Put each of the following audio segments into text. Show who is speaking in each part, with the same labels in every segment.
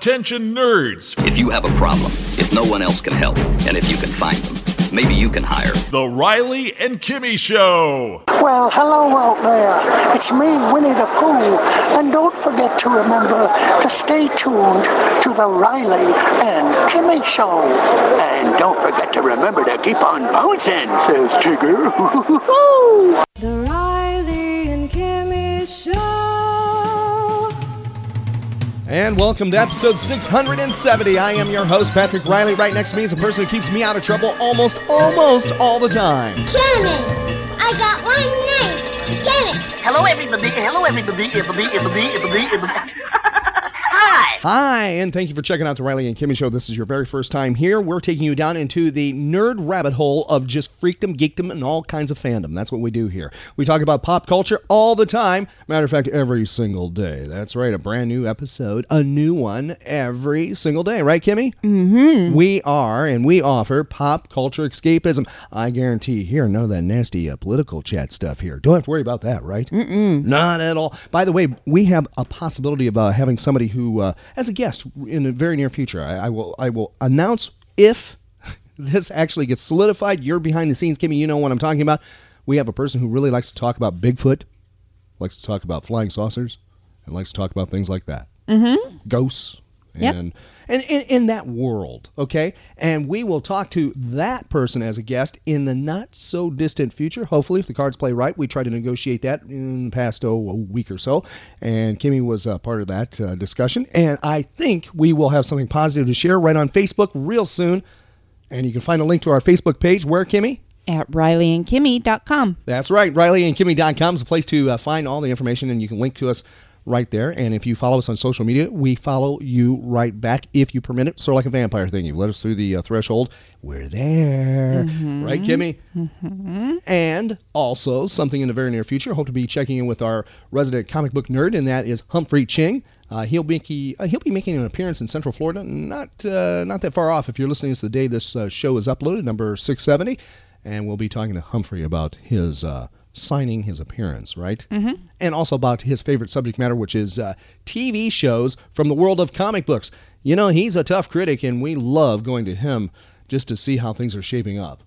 Speaker 1: Attention nerds!
Speaker 2: If you have a problem, if no one else can help, and if you can find them, maybe you can hire.
Speaker 1: The Riley and Kimmy Show!
Speaker 3: Well, hello out there. It's me, Winnie the Pooh. And don't forget to remember to stay tuned to the Riley and Kimmy Show. And don't forget to remember to keep on bouncing, says Tigger.
Speaker 4: The Riley and Kimmy Show.
Speaker 5: And welcome to episode 670. I am your host, Patrick Riley. Right next to me is a person who keeps me out of trouble almost, almost all the time.
Speaker 6: Jimmy! I got one name! Jimmy!
Speaker 7: Hello, everybody. Hello, everybody. Everybody. Everybody. Everybody. everybody. Hi.
Speaker 5: Hi, and thank you for checking out the Riley and Kimmy Show. This is your very first time here. We're taking you down into the nerd rabbit hole of just freakdom, geekdom, and all kinds of fandom. That's what we do here. We talk about pop culture all the time. Matter of fact, every single day. That's right, a brand new episode, a new one every single day. Right, Kimmy? Mm-hmm. We are, and we offer pop culture escapism. I guarantee here, none of that nasty uh, political chat stuff here. Don't have to worry about that, right? Mm-mm. Not at all. By the way, we have a possibility of uh, having somebody who, uh, as a guest in the very near future, I, I will I will announce if this actually gets solidified. You're behind the scenes, Kimmy. You know what I'm talking about. We have a person who really likes to talk about Bigfoot, likes to talk about flying saucers, and likes to talk about things like that. Mm-hmm. Ghosts.
Speaker 8: Yep.
Speaker 5: And, and in, in that world, okay? And we will talk to that person as a guest in the not so distant future. Hopefully, if the cards play right, we try to negotiate that in the past oh, a week or so. And Kimmy was uh, part of that uh, discussion. And I think we will have something positive to share right on Facebook real soon. And you can find a link to our Facebook page. Where, Kimmy?
Speaker 8: At RileyandKimmy.com.
Speaker 5: That's right. RileyandKimmy.com is a place to uh, find all the information, and you can link to us right there. And if you follow us on social media, we follow you right back if you permit it. Sort of like a vampire thing. You've let us through the uh, threshold. We're there. Right, Kimmy? And also, something in the very near future, hope to be checking in with our resident comic book nerd, and that is Humphrey Ching. Uh, he'll be he, uh, he'll be making an appearance in Central Florida, not uh, not that far off. If you're listening, it's the day this uh, show is uploaded, number six seventy, and we'll be talking to Humphrey about his uh, signing his appearance, right? Mm-hmm. And also about his favorite subject matter, which is uh, TV shows from the world of comic books. You know, he's a tough critic, and we love going to him just to see how things are shaping up.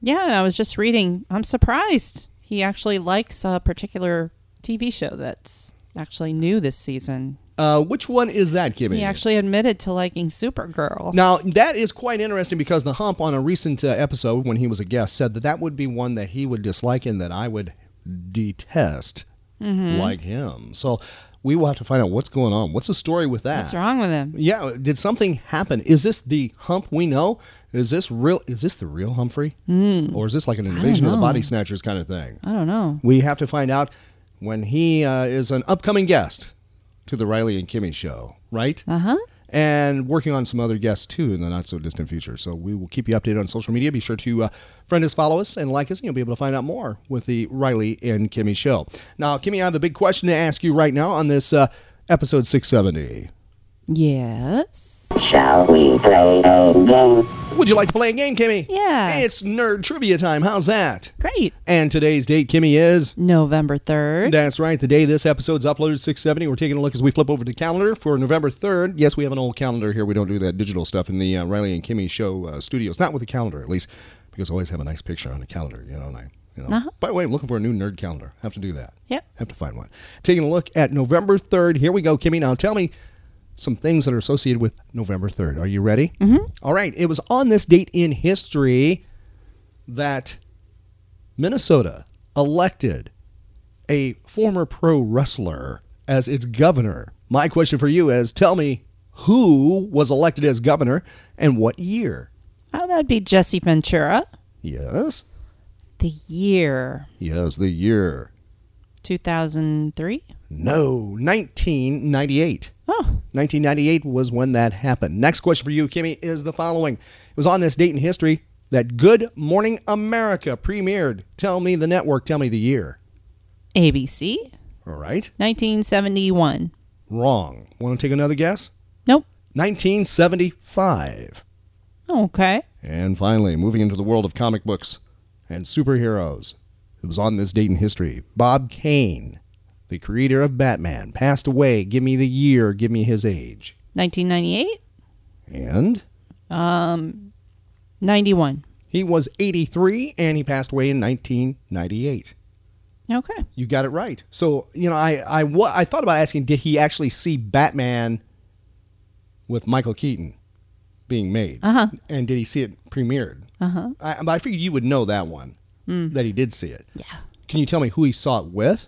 Speaker 8: Yeah, and I was just reading. I'm surprised he actually likes a particular TV show that's actually new this season.
Speaker 5: Uh, which one is that giving?
Speaker 8: He
Speaker 5: you?
Speaker 8: actually admitted to liking Supergirl.
Speaker 5: Now, that is quite interesting because the hump on a recent uh, episode when he was a guest said that that would be one that he would dislike and that I would detest like him. So we will have to find out what's going on. What's the story with that?
Speaker 8: What's wrong with him?
Speaker 5: Yeah, did something happen? Is this the hump we know? Is this real? Is this the real Humphrey? Mm. Or is this like an invasion of the
Speaker 8: know.
Speaker 5: body snatchers kind of thing?
Speaker 8: I don't know.
Speaker 5: We have to find out when he uh, is an upcoming guest to the Riley and Kimmy show, right?
Speaker 8: Uh huh.
Speaker 5: and working on some other guests too in the not so distant future. So we will keep you updated on social media. Be sure to uh, friend us, follow us, and like us. And you'll be able to find out more with the Riley and Kimmy show. Now, Kimmy, I have the big question to ask you right now on this uh, episode 670.
Speaker 8: Yes.
Speaker 5: Would you like to play a game, Kimmy? It's
Speaker 8: Yes.
Speaker 5: nerd trivia time. How's that?
Speaker 8: Great.
Speaker 5: And today's date, Kimmy, is.
Speaker 8: November 3rd.
Speaker 5: That's right. The day this episode's uploaded, 670. We're taking a look as we flip over to calendar for November 3rd. Yes, we have an old calendar here. We don't do that digital stuff in the uh, Riley and Kimmy show uh, studios. Not with the calendar, at least, because I always have a nice picture on the calendar, you know. And I, you know. By the way, I'm looking for a new nerd calendar. Have to do that.
Speaker 8: Yep.
Speaker 5: Have to find one. Taking a look at November 3rd. Here we go, Kimmy. Now tell me some things that are associated with November 3rd. Are you ready? Mm-hmm. right. It was on this date in history that Minnesota elected a former pro wrestler as its governor. My question for you is tell me who was elected as governor and what year?
Speaker 8: Oh, that'd be Jesse Ventura.
Speaker 5: Yes.
Speaker 8: The year
Speaker 5: Yes, the year.
Speaker 8: 2003.
Speaker 5: No, 1998.
Speaker 8: Oh,
Speaker 5: 1998 was when that happened. Next question for you, Kimmy, is the following. It was on this date in history that Good Morning America premiered. Tell me the network, tell me the year.
Speaker 8: ABC.
Speaker 5: All right.
Speaker 8: 1971.
Speaker 5: Wrong. Want to take another guess?
Speaker 8: Nope.
Speaker 5: 1975.
Speaker 8: Okay.
Speaker 5: And finally, moving into the world of comic books and superheroes. It was on this date in history. Bob Kane, the creator of Batman, passed away. Give me the year, give me his age.
Speaker 8: 1998,
Speaker 5: And
Speaker 8: 91.
Speaker 5: he was 83 and he passed away in 1998.
Speaker 8: Okay.
Speaker 5: You got it right. So, you know, I I wa- I thought about asking did he actually see Batman with Michael Keaton being made? Uh-huh. And did he see it premiered? Uh-huh. I, but I figured you would know that one. That he did see it. Yeah. Can you tell me who he saw it with?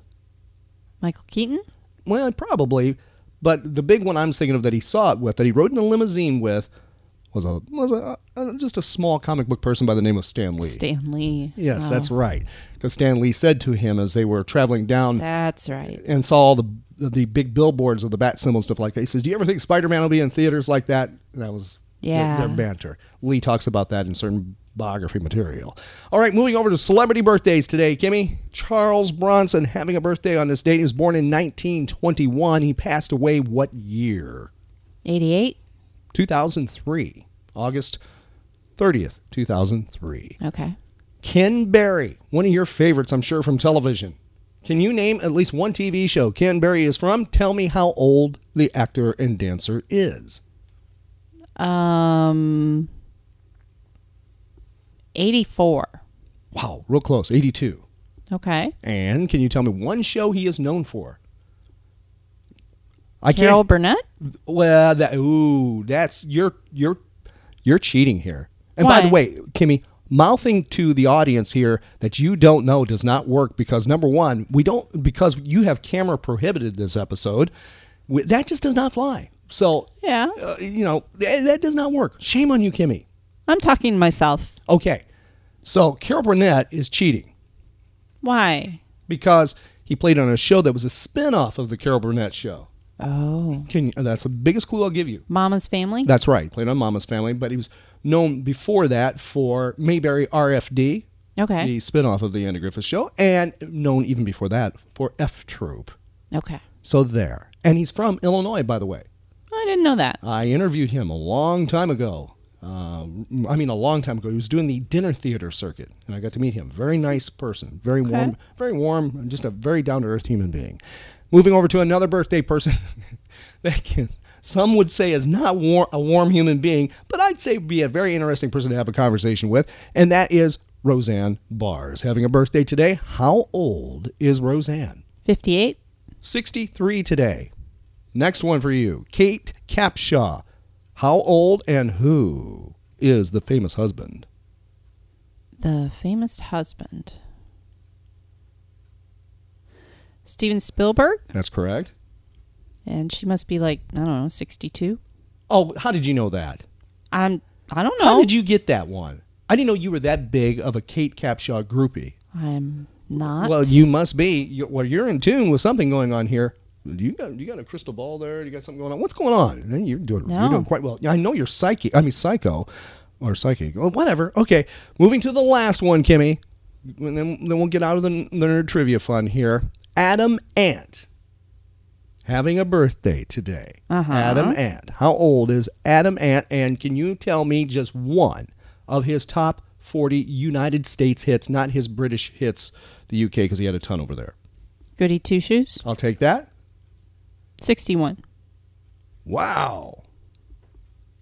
Speaker 8: Michael Keaton?
Speaker 5: Well, probably, but the big one I'm thinking of that he saw it with, that he rode in a limousine with, was a was a, a just a small comic book person by the name of Stan Lee.
Speaker 8: Stan Lee.
Speaker 5: yes,
Speaker 8: Oh,
Speaker 5: that's right. Because Stan Lee said to him as they were traveling down
Speaker 8: That's right.
Speaker 5: and saw all the the big billboards of the bat symbol and stuff like that. He says, "Do you ever think Spider-Man will be in theaters like that?" And that was their-
Speaker 8: Yeah.
Speaker 5: their, banter. Lee talks about that in certain biography material. All right, moving over to celebrity birthdays today. Kimmy Charles Bronson having a birthday on this date. He was born in 1921. He passed away what year?
Speaker 8: 88.
Speaker 5: 2003, August 30th, 2003.
Speaker 8: Okay.
Speaker 5: Ken Berry, one of your favorites, I'm sure, from television. Can you name at least one TV show Ken Berry is from? Tell me how old the actor and dancer is.
Speaker 8: Um 84.
Speaker 5: Wow, real close, 82.
Speaker 8: Okay.
Speaker 5: And can you tell me one show he is known for? I can't.
Speaker 8: Carol Burnett?
Speaker 5: well, that ooh, that's you're you're you're cheating here. And by the
Speaker 8: Why?
Speaker 5: way, Kimmy, mouthing to the audience here that you don't know does not work because number one, we don't because you have camera prohibited this episode. We, that just does not fly. So
Speaker 8: Yeah.
Speaker 5: uh, you know th- that does not work. Shame on you, Kimmy.
Speaker 8: I'm talking to myself.
Speaker 5: Okay, so Carol Burnett is cheating
Speaker 8: Why?
Speaker 5: because he played on a show that was a spin-off of the Carol Burnett show.
Speaker 8: Oh.
Speaker 5: Can you, that's the biggest clue I'll give you.
Speaker 8: Mama's Family?
Speaker 5: That's right. Played on Mama's Family, but he was known before that for Mayberry RFD,
Speaker 8: Okay.
Speaker 5: the spinoff of the Andy Griffith Show, and known even before that for F Troop.
Speaker 8: okay.
Speaker 5: So there. And he's from Illinois, by the way.
Speaker 8: I didn't know that.
Speaker 5: I interviewed him a long time ago. Uh, I mean, a long time ago. He was doing the dinner theater circuit, and I got to meet him. Very nice person. Very warm. Very warm. and Just a very down to earth human being. Moving over to another birthday person that can, some would say is not war, a warm human being, but I'd say would be a very interesting person to have a conversation with, and that is Roseanne Bars. Having a birthday today. How old is Roseanne?
Speaker 8: 58.
Speaker 5: 63 today. Next one for you, Kate Capshaw. How old and who is the famous husband?
Speaker 8: The famous husband. Steven Spielberg?
Speaker 5: That's correct.
Speaker 8: And she must be like, I don't know, 62.
Speaker 5: Oh, how did you know that?
Speaker 8: I'm I don't
Speaker 5: How
Speaker 8: know.
Speaker 5: did you get that one? I didn't know you were that big of a Kate Capshaw groupie.
Speaker 8: I'm not.
Speaker 5: Well, you must be. You, well, you're in tune with something going on here. You got you got a crystal ball there. You got something going on. What's going on? And You're doing you're
Speaker 8: No.
Speaker 5: doing quite well. Yeah, I know you're psychic. I mean psycho, or psychic. Well, whatever. Okay, moving to the last one, Kimmy. And then then we'll get out of the, the nerd trivia fun here. Adam Ant having a birthday today.
Speaker 8: Uh-huh.
Speaker 5: Adam Ant. How old is Adam Ant? And can you tell me just one of his top 40 United States hits, not his British hits, the UK, because he had a ton over there?
Speaker 8: Goody Two Shoes?
Speaker 5: I'll take that.
Speaker 8: 61.
Speaker 5: Wow.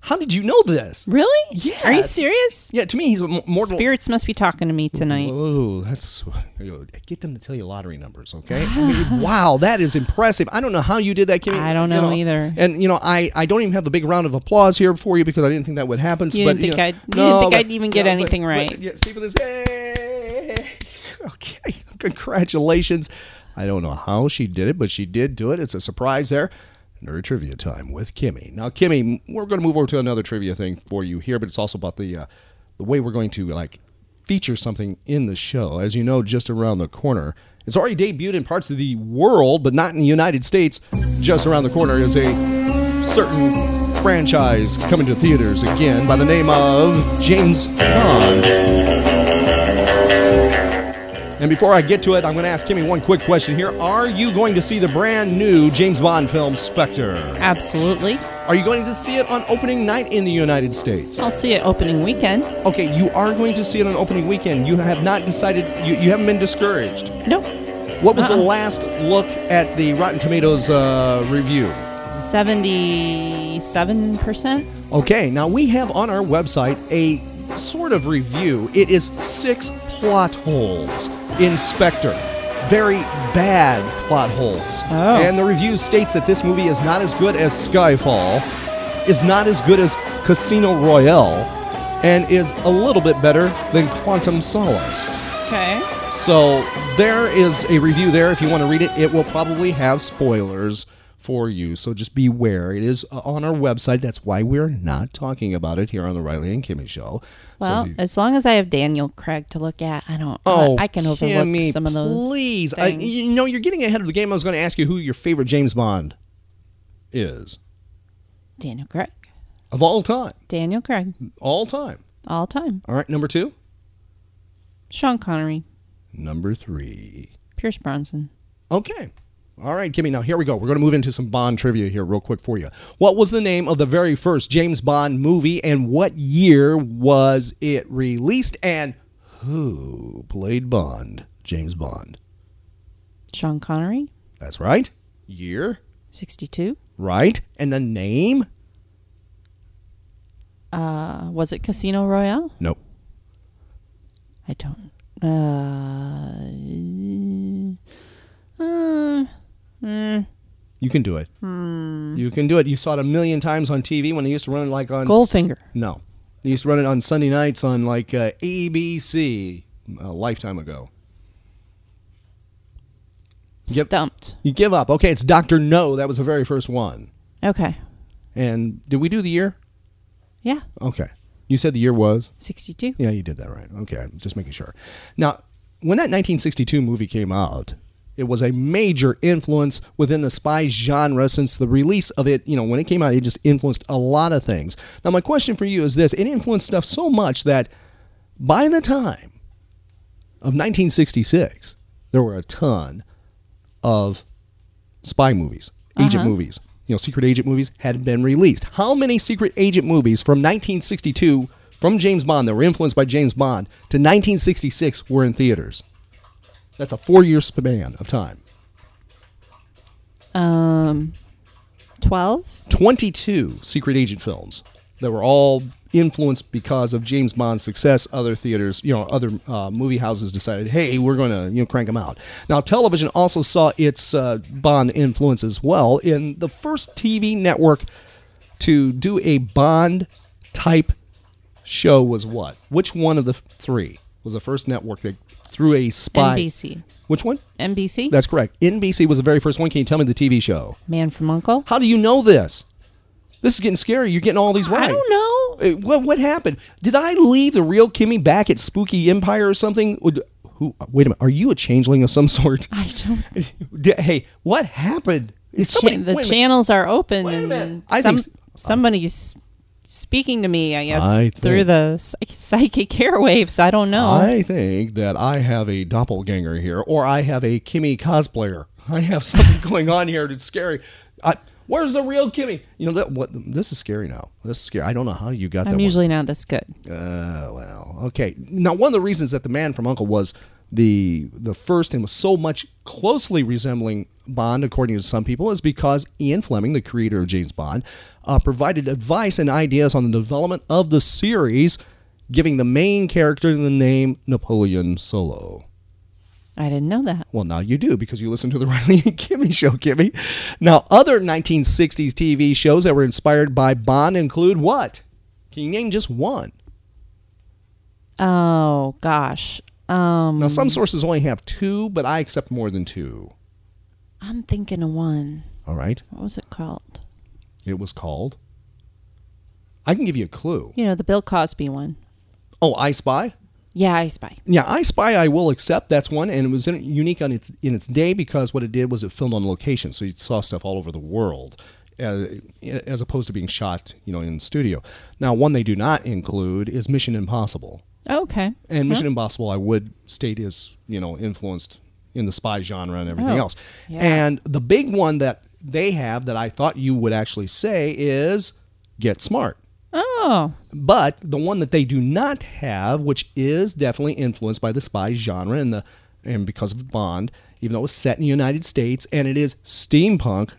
Speaker 5: How did you know this?
Speaker 8: Really?
Speaker 5: Yeah.
Speaker 8: Are you serious?
Speaker 5: Yeah, to me, he's a m- mortal.
Speaker 8: Spirits must be talking to me tonight.
Speaker 5: Whoa, that's get them to tell you lottery numbers, okay? I mean, wow, that is impressive. I don't know how you did that, Kimmy.
Speaker 8: I don't
Speaker 5: you
Speaker 8: know either.
Speaker 5: And you know, I, I don't even have the big round of applause here for you because I didn't think that would happen.
Speaker 8: You
Speaker 5: but,
Speaker 8: didn't think
Speaker 5: know-
Speaker 8: I'd- you didn't think I'd even get
Speaker 5: but-
Speaker 8: anything
Speaker 5: but-
Speaker 8: right.
Speaker 5: yeah, see for this. Yay! Okay, congratulations. I don't know how she did it, but she did do it. It's a surprise there. Nerd trivia time with Kimmy. Now, Kimmy, we're going to move over to another trivia thing for you here, but it's also about the uh, the way we're going to like feature something in the show. As you know, just around the corner, it's already debuted in parts of the world, but not in the United States. Just around the corner is a certain franchise coming to theaters again by the name of James Bond. And before I get to it, I'm going to ask Kimmy one quick question here. Are you going to see the brand new James Bond film Spectre?
Speaker 8: Absolutely.
Speaker 5: Are you going to see it on opening night in the United States?
Speaker 8: I'll see it opening weekend.
Speaker 5: Okay, you are going to see it on opening weekend. You have not decided, you, you haven't been discouraged.
Speaker 8: Nope.
Speaker 5: What was the
Speaker 8: Uh-uh.
Speaker 5: last look at the Rotten Tomatoes uh, review?
Speaker 8: Seventy-seven percent.
Speaker 5: Okay, now we have on our website a sort of review. It is six plot holes. Inspector. Very bad plot holes.
Speaker 8: Oh.
Speaker 5: And the review states that this movie is not as good as Skyfall, is not as good as Casino Royale, and is a little bit better than Quantum Solace.
Speaker 8: Okay.
Speaker 5: So there is a review there. If you want to read it, it will probably have spoilers for you. So just beware. It is uh, on our website. That's why we're not talking about it here on the Riley and Kimmy Show.
Speaker 8: Well,
Speaker 5: so,
Speaker 8: as long as I have Daniel Craig to look at, I don't. I can overlook
Speaker 5: Oh, Kimmy,
Speaker 8: some of those.
Speaker 5: Please, I,
Speaker 8: things.
Speaker 5: you know you're getting ahead of the game. I was going to ask you who your favorite James Bond is
Speaker 8: Daniel Craig.
Speaker 5: of all time.
Speaker 8: Daniel Craig,
Speaker 5: All time.
Speaker 8: all time.
Speaker 5: All right, number two,
Speaker 8: Sean Connery,
Speaker 5: number three.
Speaker 8: Pierce Bronson.
Speaker 5: Okay. All right, Kimmy. Now here we go. We're going to move into some Bond trivia here, real quick for you. What was the name of the very first James Bond movie, and what year was it released? And who played Bond? James Bond.
Speaker 8: Sean Connery,
Speaker 5: That's right. Year.
Speaker 8: sixty-two.
Speaker 5: Right. And the name?
Speaker 8: Uh, was it Casino Royale?
Speaker 5: Nope.
Speaker 8: I don't. Uh, uh,
Speaker 5: You can do it. You can do it. You saw it a million times on TV when they used to run it like on
Speaker 8: Goldfinger.
Speaker 5: no, they used to run it on Sunday nights on like uh, ABC a lifetime ago. Yep.
Speaker 8: Stumped.
Speaker 5: You give up. Okay, it's Doctor No. That was the very first one.
Speaker 8: Okay.
Speaker 5: And did we do the year?
Speaker 8: Yeah.
Speaker 5: Okay. You said the year was.
Speaker 8: Sixty-two.
Speaker 5: Yeah, you did that right. Okay, I'm just making sure. Now, when that 1962 movie came out, it was a major influence within the spy genre since the release of it. You know, when it came out, it just influenced a lot of things. Now, my question for you is this it influenced stuff so much that by the time of 1966, there were a ton of spy movies, agent movies. You know, secret agent movies had been released. How many secret agent movies from 1962 from James Bond that were influenced by James Bond to 1966 were in theaters? That's a four-year span of time.
Speaker 8: Um, twelve.
Speaker 5: 22 secret agent films that were all influenced because of James Bond's success. Other theaters, you know, other uh, movie houses decided, hey, we're going to you know crank them out. Now, television also saw its uh, Bond influence as well. In the first TV network to do a Bond type show was what? Which one of the three was the first network that threw a spy?
Speaker 8: NBC.
Speaker 5: Which one?
Speaker 8: NBC.
Speaker 5: That's correct. NBC was the very first one. Can you tell me the TV show?
Speaker 8: Man from Uncle.
Speaker 5: How do you know this? This is getting scary. You're getting all these right.
Speaker 8: I don't know.
Speaker 5: Uh, What what happened? Did I leave the real Kimmy back at Spooky Empire or something? Would- Who? uh, Wait a minute. Are you a changeling of some sort?
Speaker 8: I don't.
Speaker 5: D- hey, what happened? Is somebody-
Speaker 8: Chan- the
Speaker 5: wait a minute.
Speaker 8: channels are open
Speaker 5: Wait a minute.
Speaker 8: and
Speaker 5: I
Speaker 8: some,
Speaker 5: think s-
Speaker 8: somebody's speaking to me i guess
Speaker 5: I
Speaker 8: through
Speaker 5: think-
Speaker 8: the psych- psychic airwaves i don't know
Speaker 5: I think that I have a doppelganger here, or I have a Kimmy cosplayer. I have something going on here that's scary. I, where's the real Kimmy? You know that what? This is scary now. This is scary. I don't know how you got that.
Speaker 8: i'm
Speaker 5: one.
Speaker 8: usually not this good
Speaker 5: Uh, well, okay. Now, one of the reasons that the man from Uncle was the the first and was so much closely resembling Bond, according to some people, is because Ian Fleming, the creator of James Bond, uh, provided advice and ideas on the development of the series, giving the main character the name Napoleon Solo.
Speaker 8: i didn't know that
Speaker 5: Well, now you do because you listen to the Riley and Kimmy show, Kimmy. Now, other 1960s TV shows that were inspired by Bond include what? Can you name just one?
Speaker 8: oh gosh um
Speaker 5: Now, some sources only have two, but I accept more than two.
Speaker 8: i'm thinking of one
Speaker 5: All right.
Speaker 8: what was it called
Speaker 5: It was called. I can give you a clue.
Speaker 8: you know the bill cosby one
Speaker 5: Oh, I Spy?
Speaker 8: yeah i spy
Speaker 5: Yeah, I Spy I will accept. That's one. And it was in, unique on its, in its day because what it did was it filmed on location. So you saw stuff all over the world uh, as opposed to being shot, you know, in the studio. Now, one they do not include is Mission Impossible.
Speaker 8: okay
Speaker 5: And Mission Impossible, I would state, is you know influenced in the spy genre and everything
Speaker 8: Oh,
Speaker 5: else.
Speaker 8: yeah.
Speaker 5: And the big one that they have that I thought you would actually say is Get Smart.
Speaker 8: oh
Speaker 5: But the one that they do not have, which is definitely influenced by the spy genre and the and because of Bond, even though it was set in the United States and it is steampunk,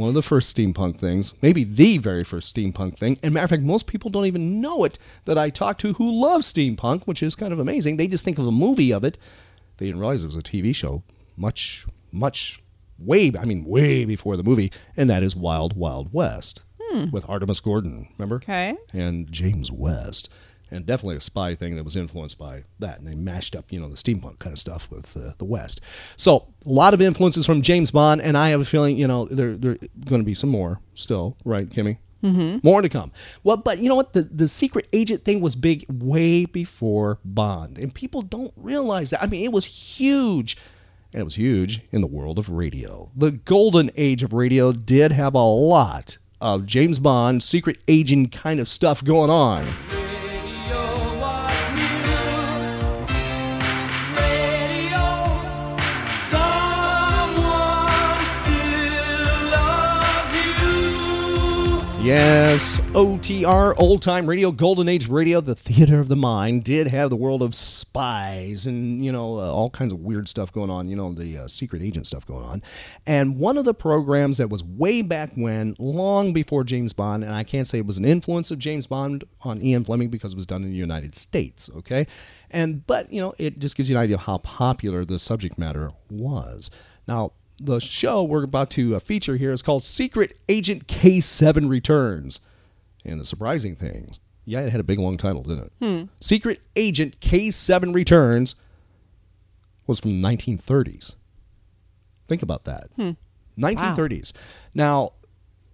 Speaker 5: one of the first steampunk things, maybe the very first steampunk thing. And matter of fact, most people don't even know it that I talk to who love steampunk, which is kind of amazing. They just think of a movie of it. They didn't realize it was a TV show. Much, much, way, I mean, way before the movie. And that is Wild Wild West with Artemis Gordon, remember?
Speaker 9: Okay.
Speaker 5: and James West, and definitely a spy thing that was influenced by that. And they mashed up, you know, the steampunk kind of stuff with uh, the West. So a lot of influences from James Bond, and I have a feeling, you know, there there are going to be some more still, right, Kimmy? Mm-hmm. More to come. Well, but you know what? The the secret agent thing was big way before Bond, and people don't realize that. I mean, it was huge. And it was huge in the world of radio. The golden age of radio did have a lot of James Bond, secret agent kind of stuff going on. Yes, OTR, old time radio, golden age radio, the theater of the mind, did have the world of spies and, you know, uh, all kinds of weird stuff going on, you know, the uh, secret agent stuff going on. And one of the programs that was way back when, long before James Bond, and I can't say it was an influence of James Bond on Ian Fleming because it was done in the United States, okay? And, but, you know, it just gives you an idea of how popular the subject matter was. Now, the show we're about to uh, feature here is called Secret Agent K7 Returns. And the surprising things, yeah, it had a big long title, didn't it? Secret Agent K7 Returns was from the 1930s. Think about that. 1930s. Now,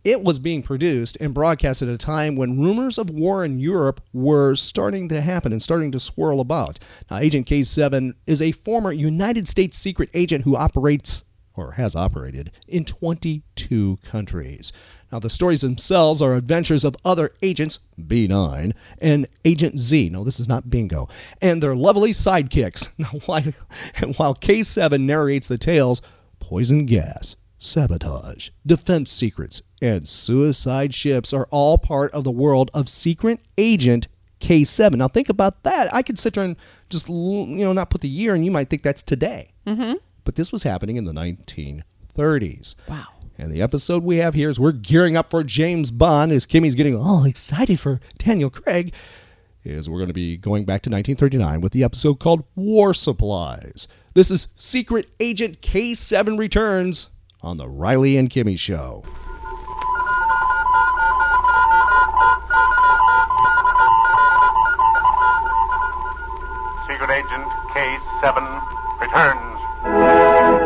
Speaker 5: it was being produced and broadcast at a time when rumors of war in Europe were starting to happen and starting to swirl about. Now, Agent K7 is a former United States secret agent who operates or has operated in 22 countries. Now, the stories themselves are adventures of other agents, B9 and Agent Z. No, this is not bingo. And their lovely sidekicks. Now, while, and while K7 narrates the tales, poison gas, sabotage, defense secrets, and suicide ships are all part of the world of secret agent K7. Now think about that. I could sit there and just l- you know not put the year, and you might think that's today. Mm-hmm. But this was happening in the 1930s. Wow. And the episode we have here is we're gearing up for James Bond as Kimmy's getting all excited for Daniel Craig is we're going to be going back to 1939 with the episode called War Supplies. This is Secret Agent K7 Returns on the Riley and Kimmy Show.
Speaker 10: Secret Agent K7 returns.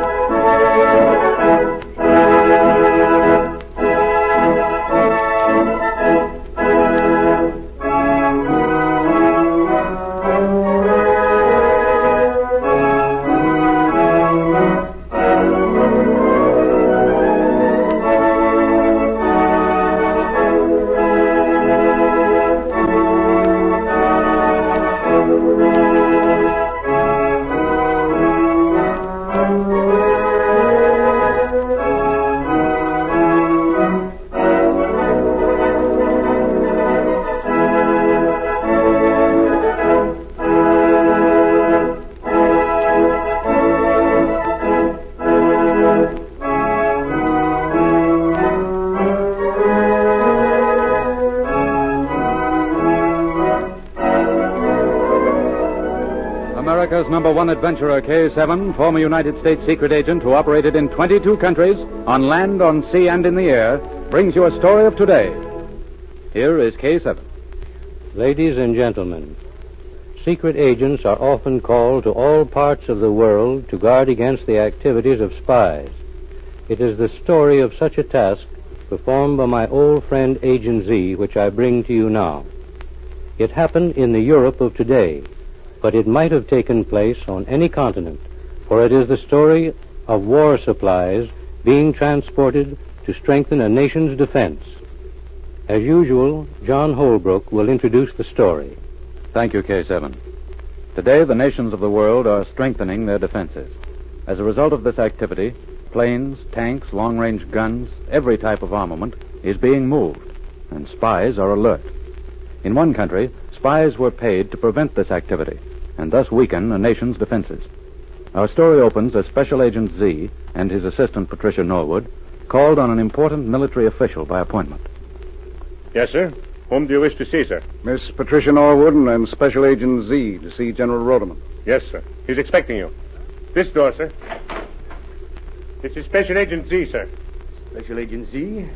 Speaker 8: America's number one adventurer, K7, former United States secret agent who operated in 22 countries, on land, on sea, and in the air, brings you a story of today. Here is K7.
Speaker 11: Ladies and gentlemen, secret agents are often called to all parts of the world to guard against the activities of spies. It is the story of such a task performed by my old friend Agent Z, which I bring to you now. It happened in the Europe of today, but it might have taken place on any continent, for it is the story of war supplies being transported to strengthen a nation's defense. As usual, John Holbrook will introduce the story.
Speaker 8: Thank you, K7. Today, the nations of the world are strengthening their defenses. As a result of this activity, planes, tanks, long range guns, every type of armament is being moved, and spies are alert. In one country, spies were paid to prevent this activity and thus weaken a nation's defenses. Our story opens as Special Agent Z and his assistant Patricia Norwood
Speaker 12: called on an important military official by appointment.
Speaker 13: Yes, sir. Whom do you wish to see, sir?
Speaker 11: Miss Patricia Norwood and I'm Special Agent Z to see General Rodeman.
Speaker 13: Yes, sir. He's expecting you. This door, sir. This is Special Agent Z, sir.
Speaker 14: Special Agent Z,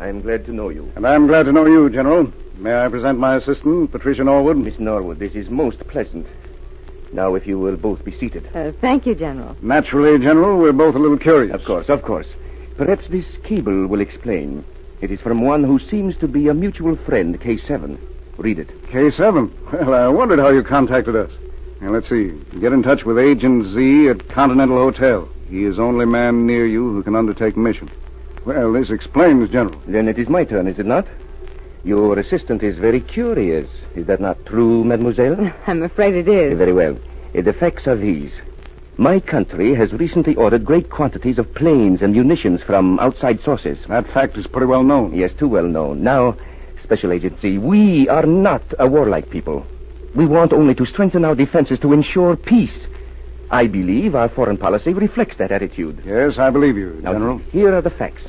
Speaker 14: I'm glad to know you.
Speaker 11: And I'm glad to know you, General. May I present my assistant, Patricia Norwood?
Speaker 14: Miss Norwood, this is most pleasant. Now, if you will both be seated.
Speaker 15: Uh, thank you, General.
Speaker 11: Naturally, General, we're both a little curious.
Speaker 14: Of course, of course. Perhaps this cable will explain. It is from one who seems to be a mutual friend, K7. Read it.
Speaker 11: K7? Well, I wondered how you contacted us. Now, let's see. Get in touch with Agent Z at Continental Hotel. He is only man near you who can undertake mission. Well, this explains, General.
Speaker 14: Then it is my turn, is it not? Your assistant is very curious. Is that not true, mademoiselle?
Speaker 15: I'm afraid it is.
Speaker 14: Very well. Uh, The facts are these. My country has recently ordered great quantities of planes and munitions from outside sources.
Speaker 11: That fact is pretty well known.
Speaker 14: Yes, too well known. Now, Special Agency, we are not a warlike people. We want only to strengthen our defenses to ensure peace. I believe our foreign policy reflects that attitude.
Speaker 11: Yes, I believe you,
Speaker 14: now,
Speaker 11: General.
Speaker 14: Here are the facts.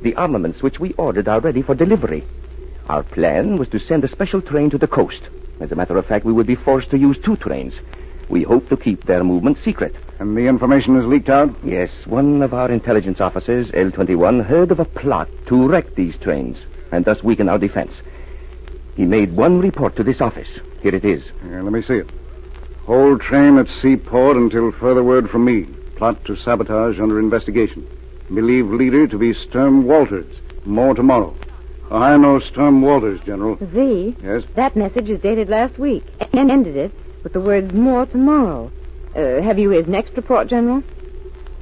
Speaker 14: The armaments which we ordered are ready for delivery. Our plan was to send a special train to the coast. As a matter of fact, we would be forced to use two trains. We hope to keep their movement secret.
Speaker 11: And the information is leaked out?
Speaker 14: Yes. One of our intelligence officers, L21, heard of a plot to wreck these trains and thus weaken our defense. He made one report to this office. Here it is.
Speaker 11: Here, let me see it. Hold train at seaport until further word from me. Plot to sabotage under investigation. Believe leader to be Sturm Walters. More tomorrow. I know Sturm Walters, General.
Speaker 15: Z?
Speaker 11: Yes?
Speaker 15: That message is dated last week and ended it with the words more tomorrow. Uh, have you his next report, General?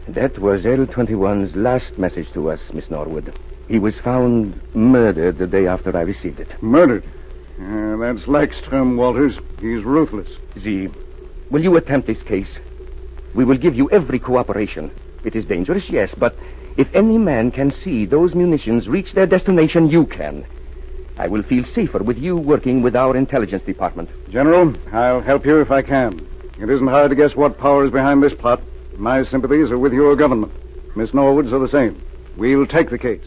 Speaker 14: That was L21's last message to us, Miss Norwood. He was found murdered the day after I received it.
Speaker 11: Murdered? Uh, that's like Sturm Walters. He's ruthless.
Speaker 14: Z, will you attempt this case? We will give you every cooperation. It is dangerous, yes, but if any man can see those munitions reach their destination, you can. I will feel safer with you working with our intelligence department.
Speaker 11: General, I'll help you if I can. It isn't hard to guess what power is behind this plot. My sympathies are with your government. Miss Norwood's are the same. We'll take the case.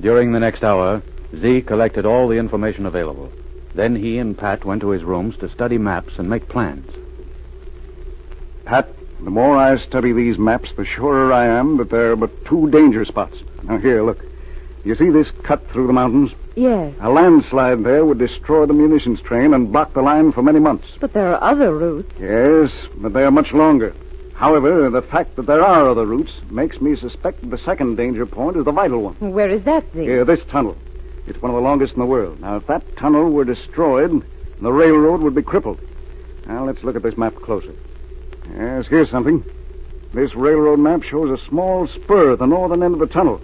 Speaker 12: During the next hour, Z collected all the information available. Then he and Pat went to his rooms to study maps and make plans.
Speaker 11: Pat, the more I study these maps, the surer I am that there are but two danger spots. Now, here, look. You see this cut through the mountains?
Speaker 15: Yes.
Speaker 5: Uh,
Speaker 11: A landslide there would destroy the munitions train and block the line for many months.
Speaker 15: But there are other routes.
Speaker 11: Yes, but they are much longer. However, the fact that there are other routes makes me suspect the second danger point is the vital one.
Speaker 15: Where is that, Z?
Speaker 11: Here, this tunnel. It's one of the longest in the world. Now, if that tunnel were destroyed, the railroad would be crippled. Now, let's look at this map closer. Yes, here's something. This railroad map shows a small spur at the northern end of the tunnel.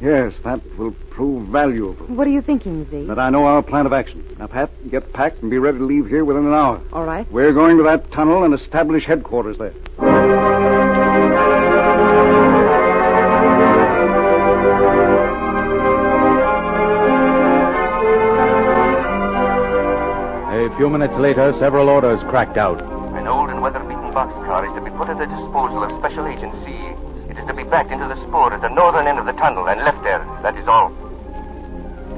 Speaker 11: Yes, that will prove valuable.
Speaker 15: What are you thinking, Z?
Speaker 11: That I know our plan of action. Now, Pat, get packed and be ready to leave here within an hour.
Speaker 15: All right.
Speaker 11: We're going to that tunnel and establish headquarters there.
Speaker 12: A few minutes later, several orders cracked out.
Speaker 16: An old and weather-beaten boxcar is to be put at the disposal of Special Agent C. It is to be backed into the spore at the northern end of the tunnel and left there. That is all.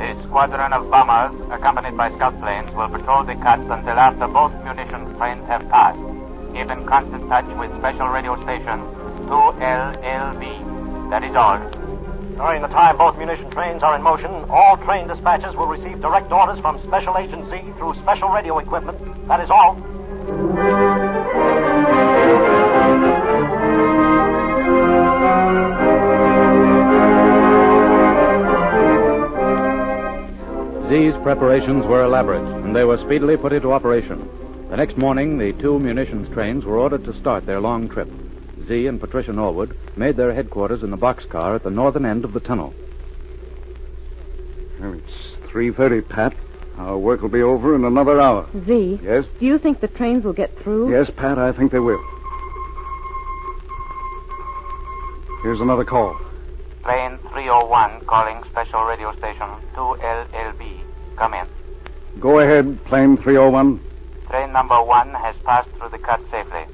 Speaker 17: A squadron of bombers, accompanied by scout planes, will patrol the cuts until after both munitions trains have passed. Keep in constant touch with special radio station 2LLB. That is all.
Speaker 18: During the time both munition trains are in motion, all train dispatchers will receive direct orders from Special Agency through special radio equipment. That is all.
Speaker 12: Z's preparations were elaborate, and they were speedily put into operation. The next morning, the two munitions trains were ordered to start their long trip. Z and Patricia Norwood made their headquarters in the boxcar at the northern end of the tunnel.
Speaker 11: Well, it's 3.30, Pat. Our work will be over in another hour.
Speaker 15: Z?
Speaker 11: Yes?
Speaker 15: Do you think the trains will get through?
Speaker 11: Yes, Pat, I think they will. Here's another call.
Speaker 19: Train 301 calling special radio station 2LLB. Come in.
Speaker 5: Go ahead, plane 301.
Speaker 19: Train number one has passed through the cut safely.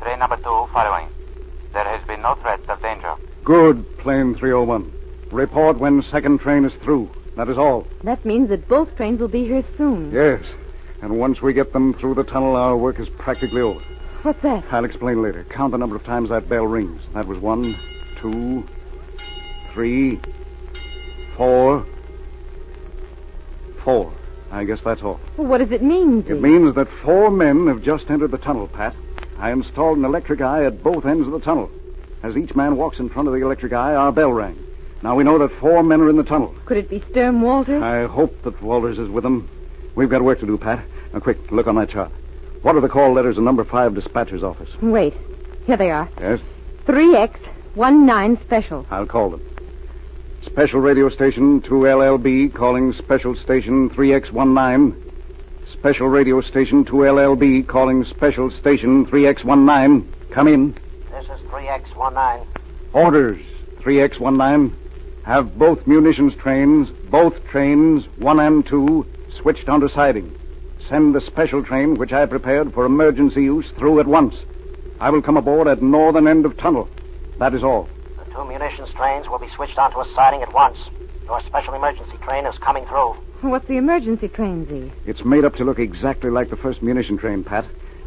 Speaker 19: Train number two following. There has been no threat of danger.
Speaker 5: Good, plane 301. Report when second train is through. That is all.
Speaker 15: That means that both trains will be here soon.
Speaker 5: Yes. And once we get them through the tunnel, our work is practically over.
Speaker 15: What's that?
Speaker 5: I'll explain later. Count the number of times that bell rings. That was one, two, three, four, four. I guess that's all.
Speaker 15: Well, what does it mean?
Speaker 5: It means that four men have just entered the tunnel, Pat. I installed an electric eye at both ends of the tunnel. As each man walks in front of the electric eye, our bell rang. Now we know that four men are in the tunnel.
Speaker 15: Could it be Sturm Walters?
Speaker 5: I hope that Walters is with them. We've got work to do, Pat. Now, quick, look on that chart. What are the call letters in number five dispatcher's office?
Speaker 15: Wait. Here they are.
Speaker 5: Yes?
Speaker 15: 3X19 special.
Speaker 5: I'll call them. Special radio station 2LLB calling special station 3X19. Special radio station 2LLB calling special station 3X19. Come in.
Speaker 20: This is 3X19.
Speaker 5: Orders 3X19. Have both munitions trains, both trains, one and two, switched onto siding. Send the special train, which I prepared for emergency use, through at once. I will come aboard at northern end of tunnel. That is all.
Speaker 20: The two munitions trains will be switched onto a siding at once. Your special emergency train is coming through.
Speaker 15: What's the emergency train, Z?
Speaker 5: It's made up to look exactly like the first munition train, Pat.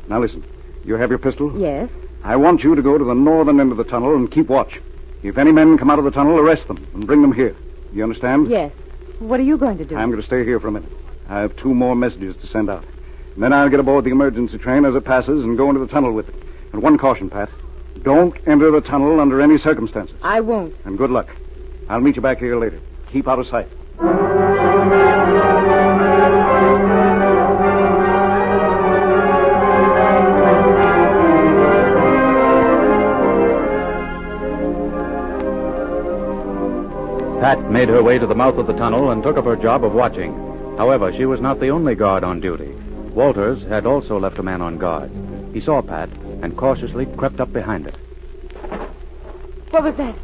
Speaker 5: Now listen. You have your pistol?
Speaker 15: Yes.
Speaker 5: I want you to go to the northern end of the tunnel and keep watch. If any men come out of the tunnel, arrest them and bring them here. You understand?
Speaker 15: Yes. What are you going to do?
Speaker 5: I'm going to stay here for a minute. I have two more messages to send out. And then I'll get aboard the emergency train as it passes and go into the tunnel with it. And one caution, Pat. Don't enter the tunnel under any circumstances.
Speaker 15: I won't.
Speaker 5: And good luck. I'll meet you back here later. Keep out of sight.
Speaker 8: Pat made her way to the mouth of the tunnel and took up her job of watching. However, she was not the only guard on duty. Walters had also left a man on guard. He saw Pat and cautiously crept up behind her.
Speaker 15: What was that?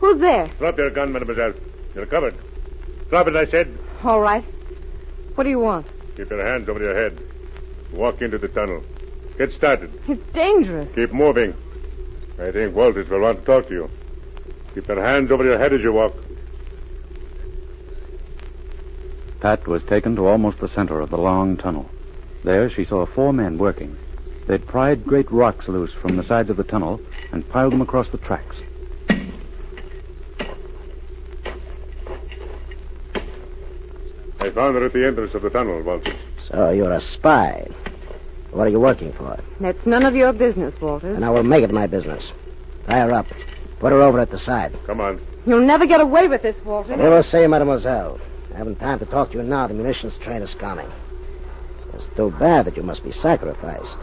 Speaker 15: Who's there?
Speaker 21: Drop your gun, mademoiselle. You're covered. Drop it, I said.
Speaker 15: All right. What do you want?
Speaker 21: Keep your hands over your head. Walk into the tunnel. Get started.
Speaker 15: It's dangerous.
Speaker 21: Keep moving. I think Walters will want to talk to you. Keep your hands over your head as you walk.
Speaker 8: Pat was taken to almost the center of the long tunnel. There she saw four men working. They'd pried great rocks loose from the sides of the tunnel and piled them across the tracks.
Speaker 21: I found her at the entrance of the tunnel, Walters.
Speaker 11: So you're a spy. What are you working for?
Speaker 15: That's none of your business, Walters.
Speaker 11: And I will make it my business. Tie her up. Put her over at the side.
Speaker 21: Come on.
Speaker 15: You'll never get away with this, Walters.
Speaker 11: You will see, mademoiselle. I haven't time to talk to you now. The munitions train is coming. It's too bad that you must be sacrificed.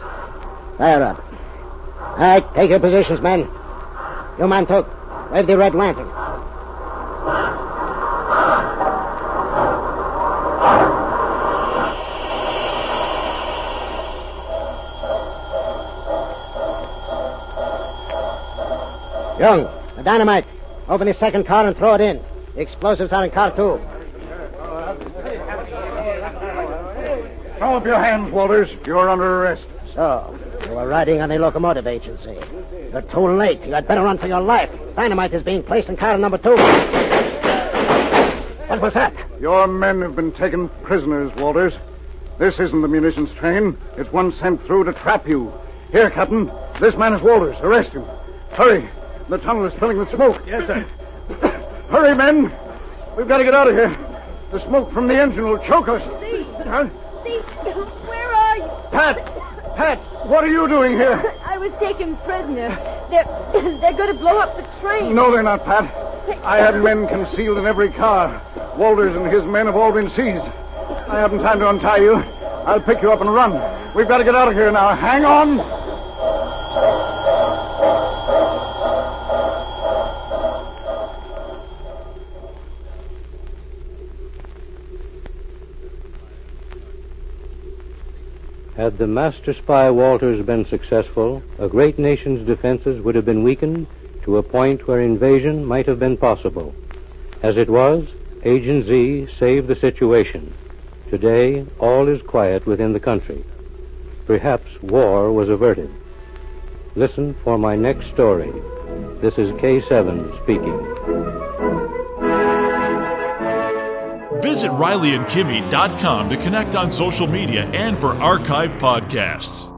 Speaker 11: Fire up. All right, take your positions, men. You, Montauk, wave the red lantern. Young, the dynamite. Open the second car and throw it in. The explosives are in car two.
Speaker 5: Throw up your hands, Walters. You're under arrest.
Speaker 11: So, you were riding on the locomotive agency. You're too late. You had better run for your life. Dynamite is being placed in car number two. What was that?
Speaker 5: Your men have been taken prisoners, Walters. This isn't the munitions train. It's one sent through to trap you. Here, Captain. This man is Walters. Arrest him. Hurry. The tunnel is filling with smoke. Yes, sir. Hurry, men. We've got to get out of here. The smoke from the engine will choke us.
Speaker 22: See.
Speaker 5: Huh?
Speaker 22: See, where are you?
Speaker 5: Pat! Pat, what are you doing here?
Speaker 22: I was taken prisoner. They're they're going to blow up the train.
Speaker 5: No, they're not, Pat. I have men concealed in every car. Walters and his men have all been seized. I haven't time to untie you. I'll pick you up and run. We've got to get out of here now. Hang on.
Speaker 23: Had the master spy Walters been successful, a great nation's defenses would have been weakened
Speaker 11: to a point where invasion might have been possible. As it was, Agent Z saved the situation. Today, all is quiet within the country. Perhaps war was averted. Listen for my next story. This is K7 speaking.
Speaker 1: Visit RileyandKimmy.com to connect on social media and for archive podcasts.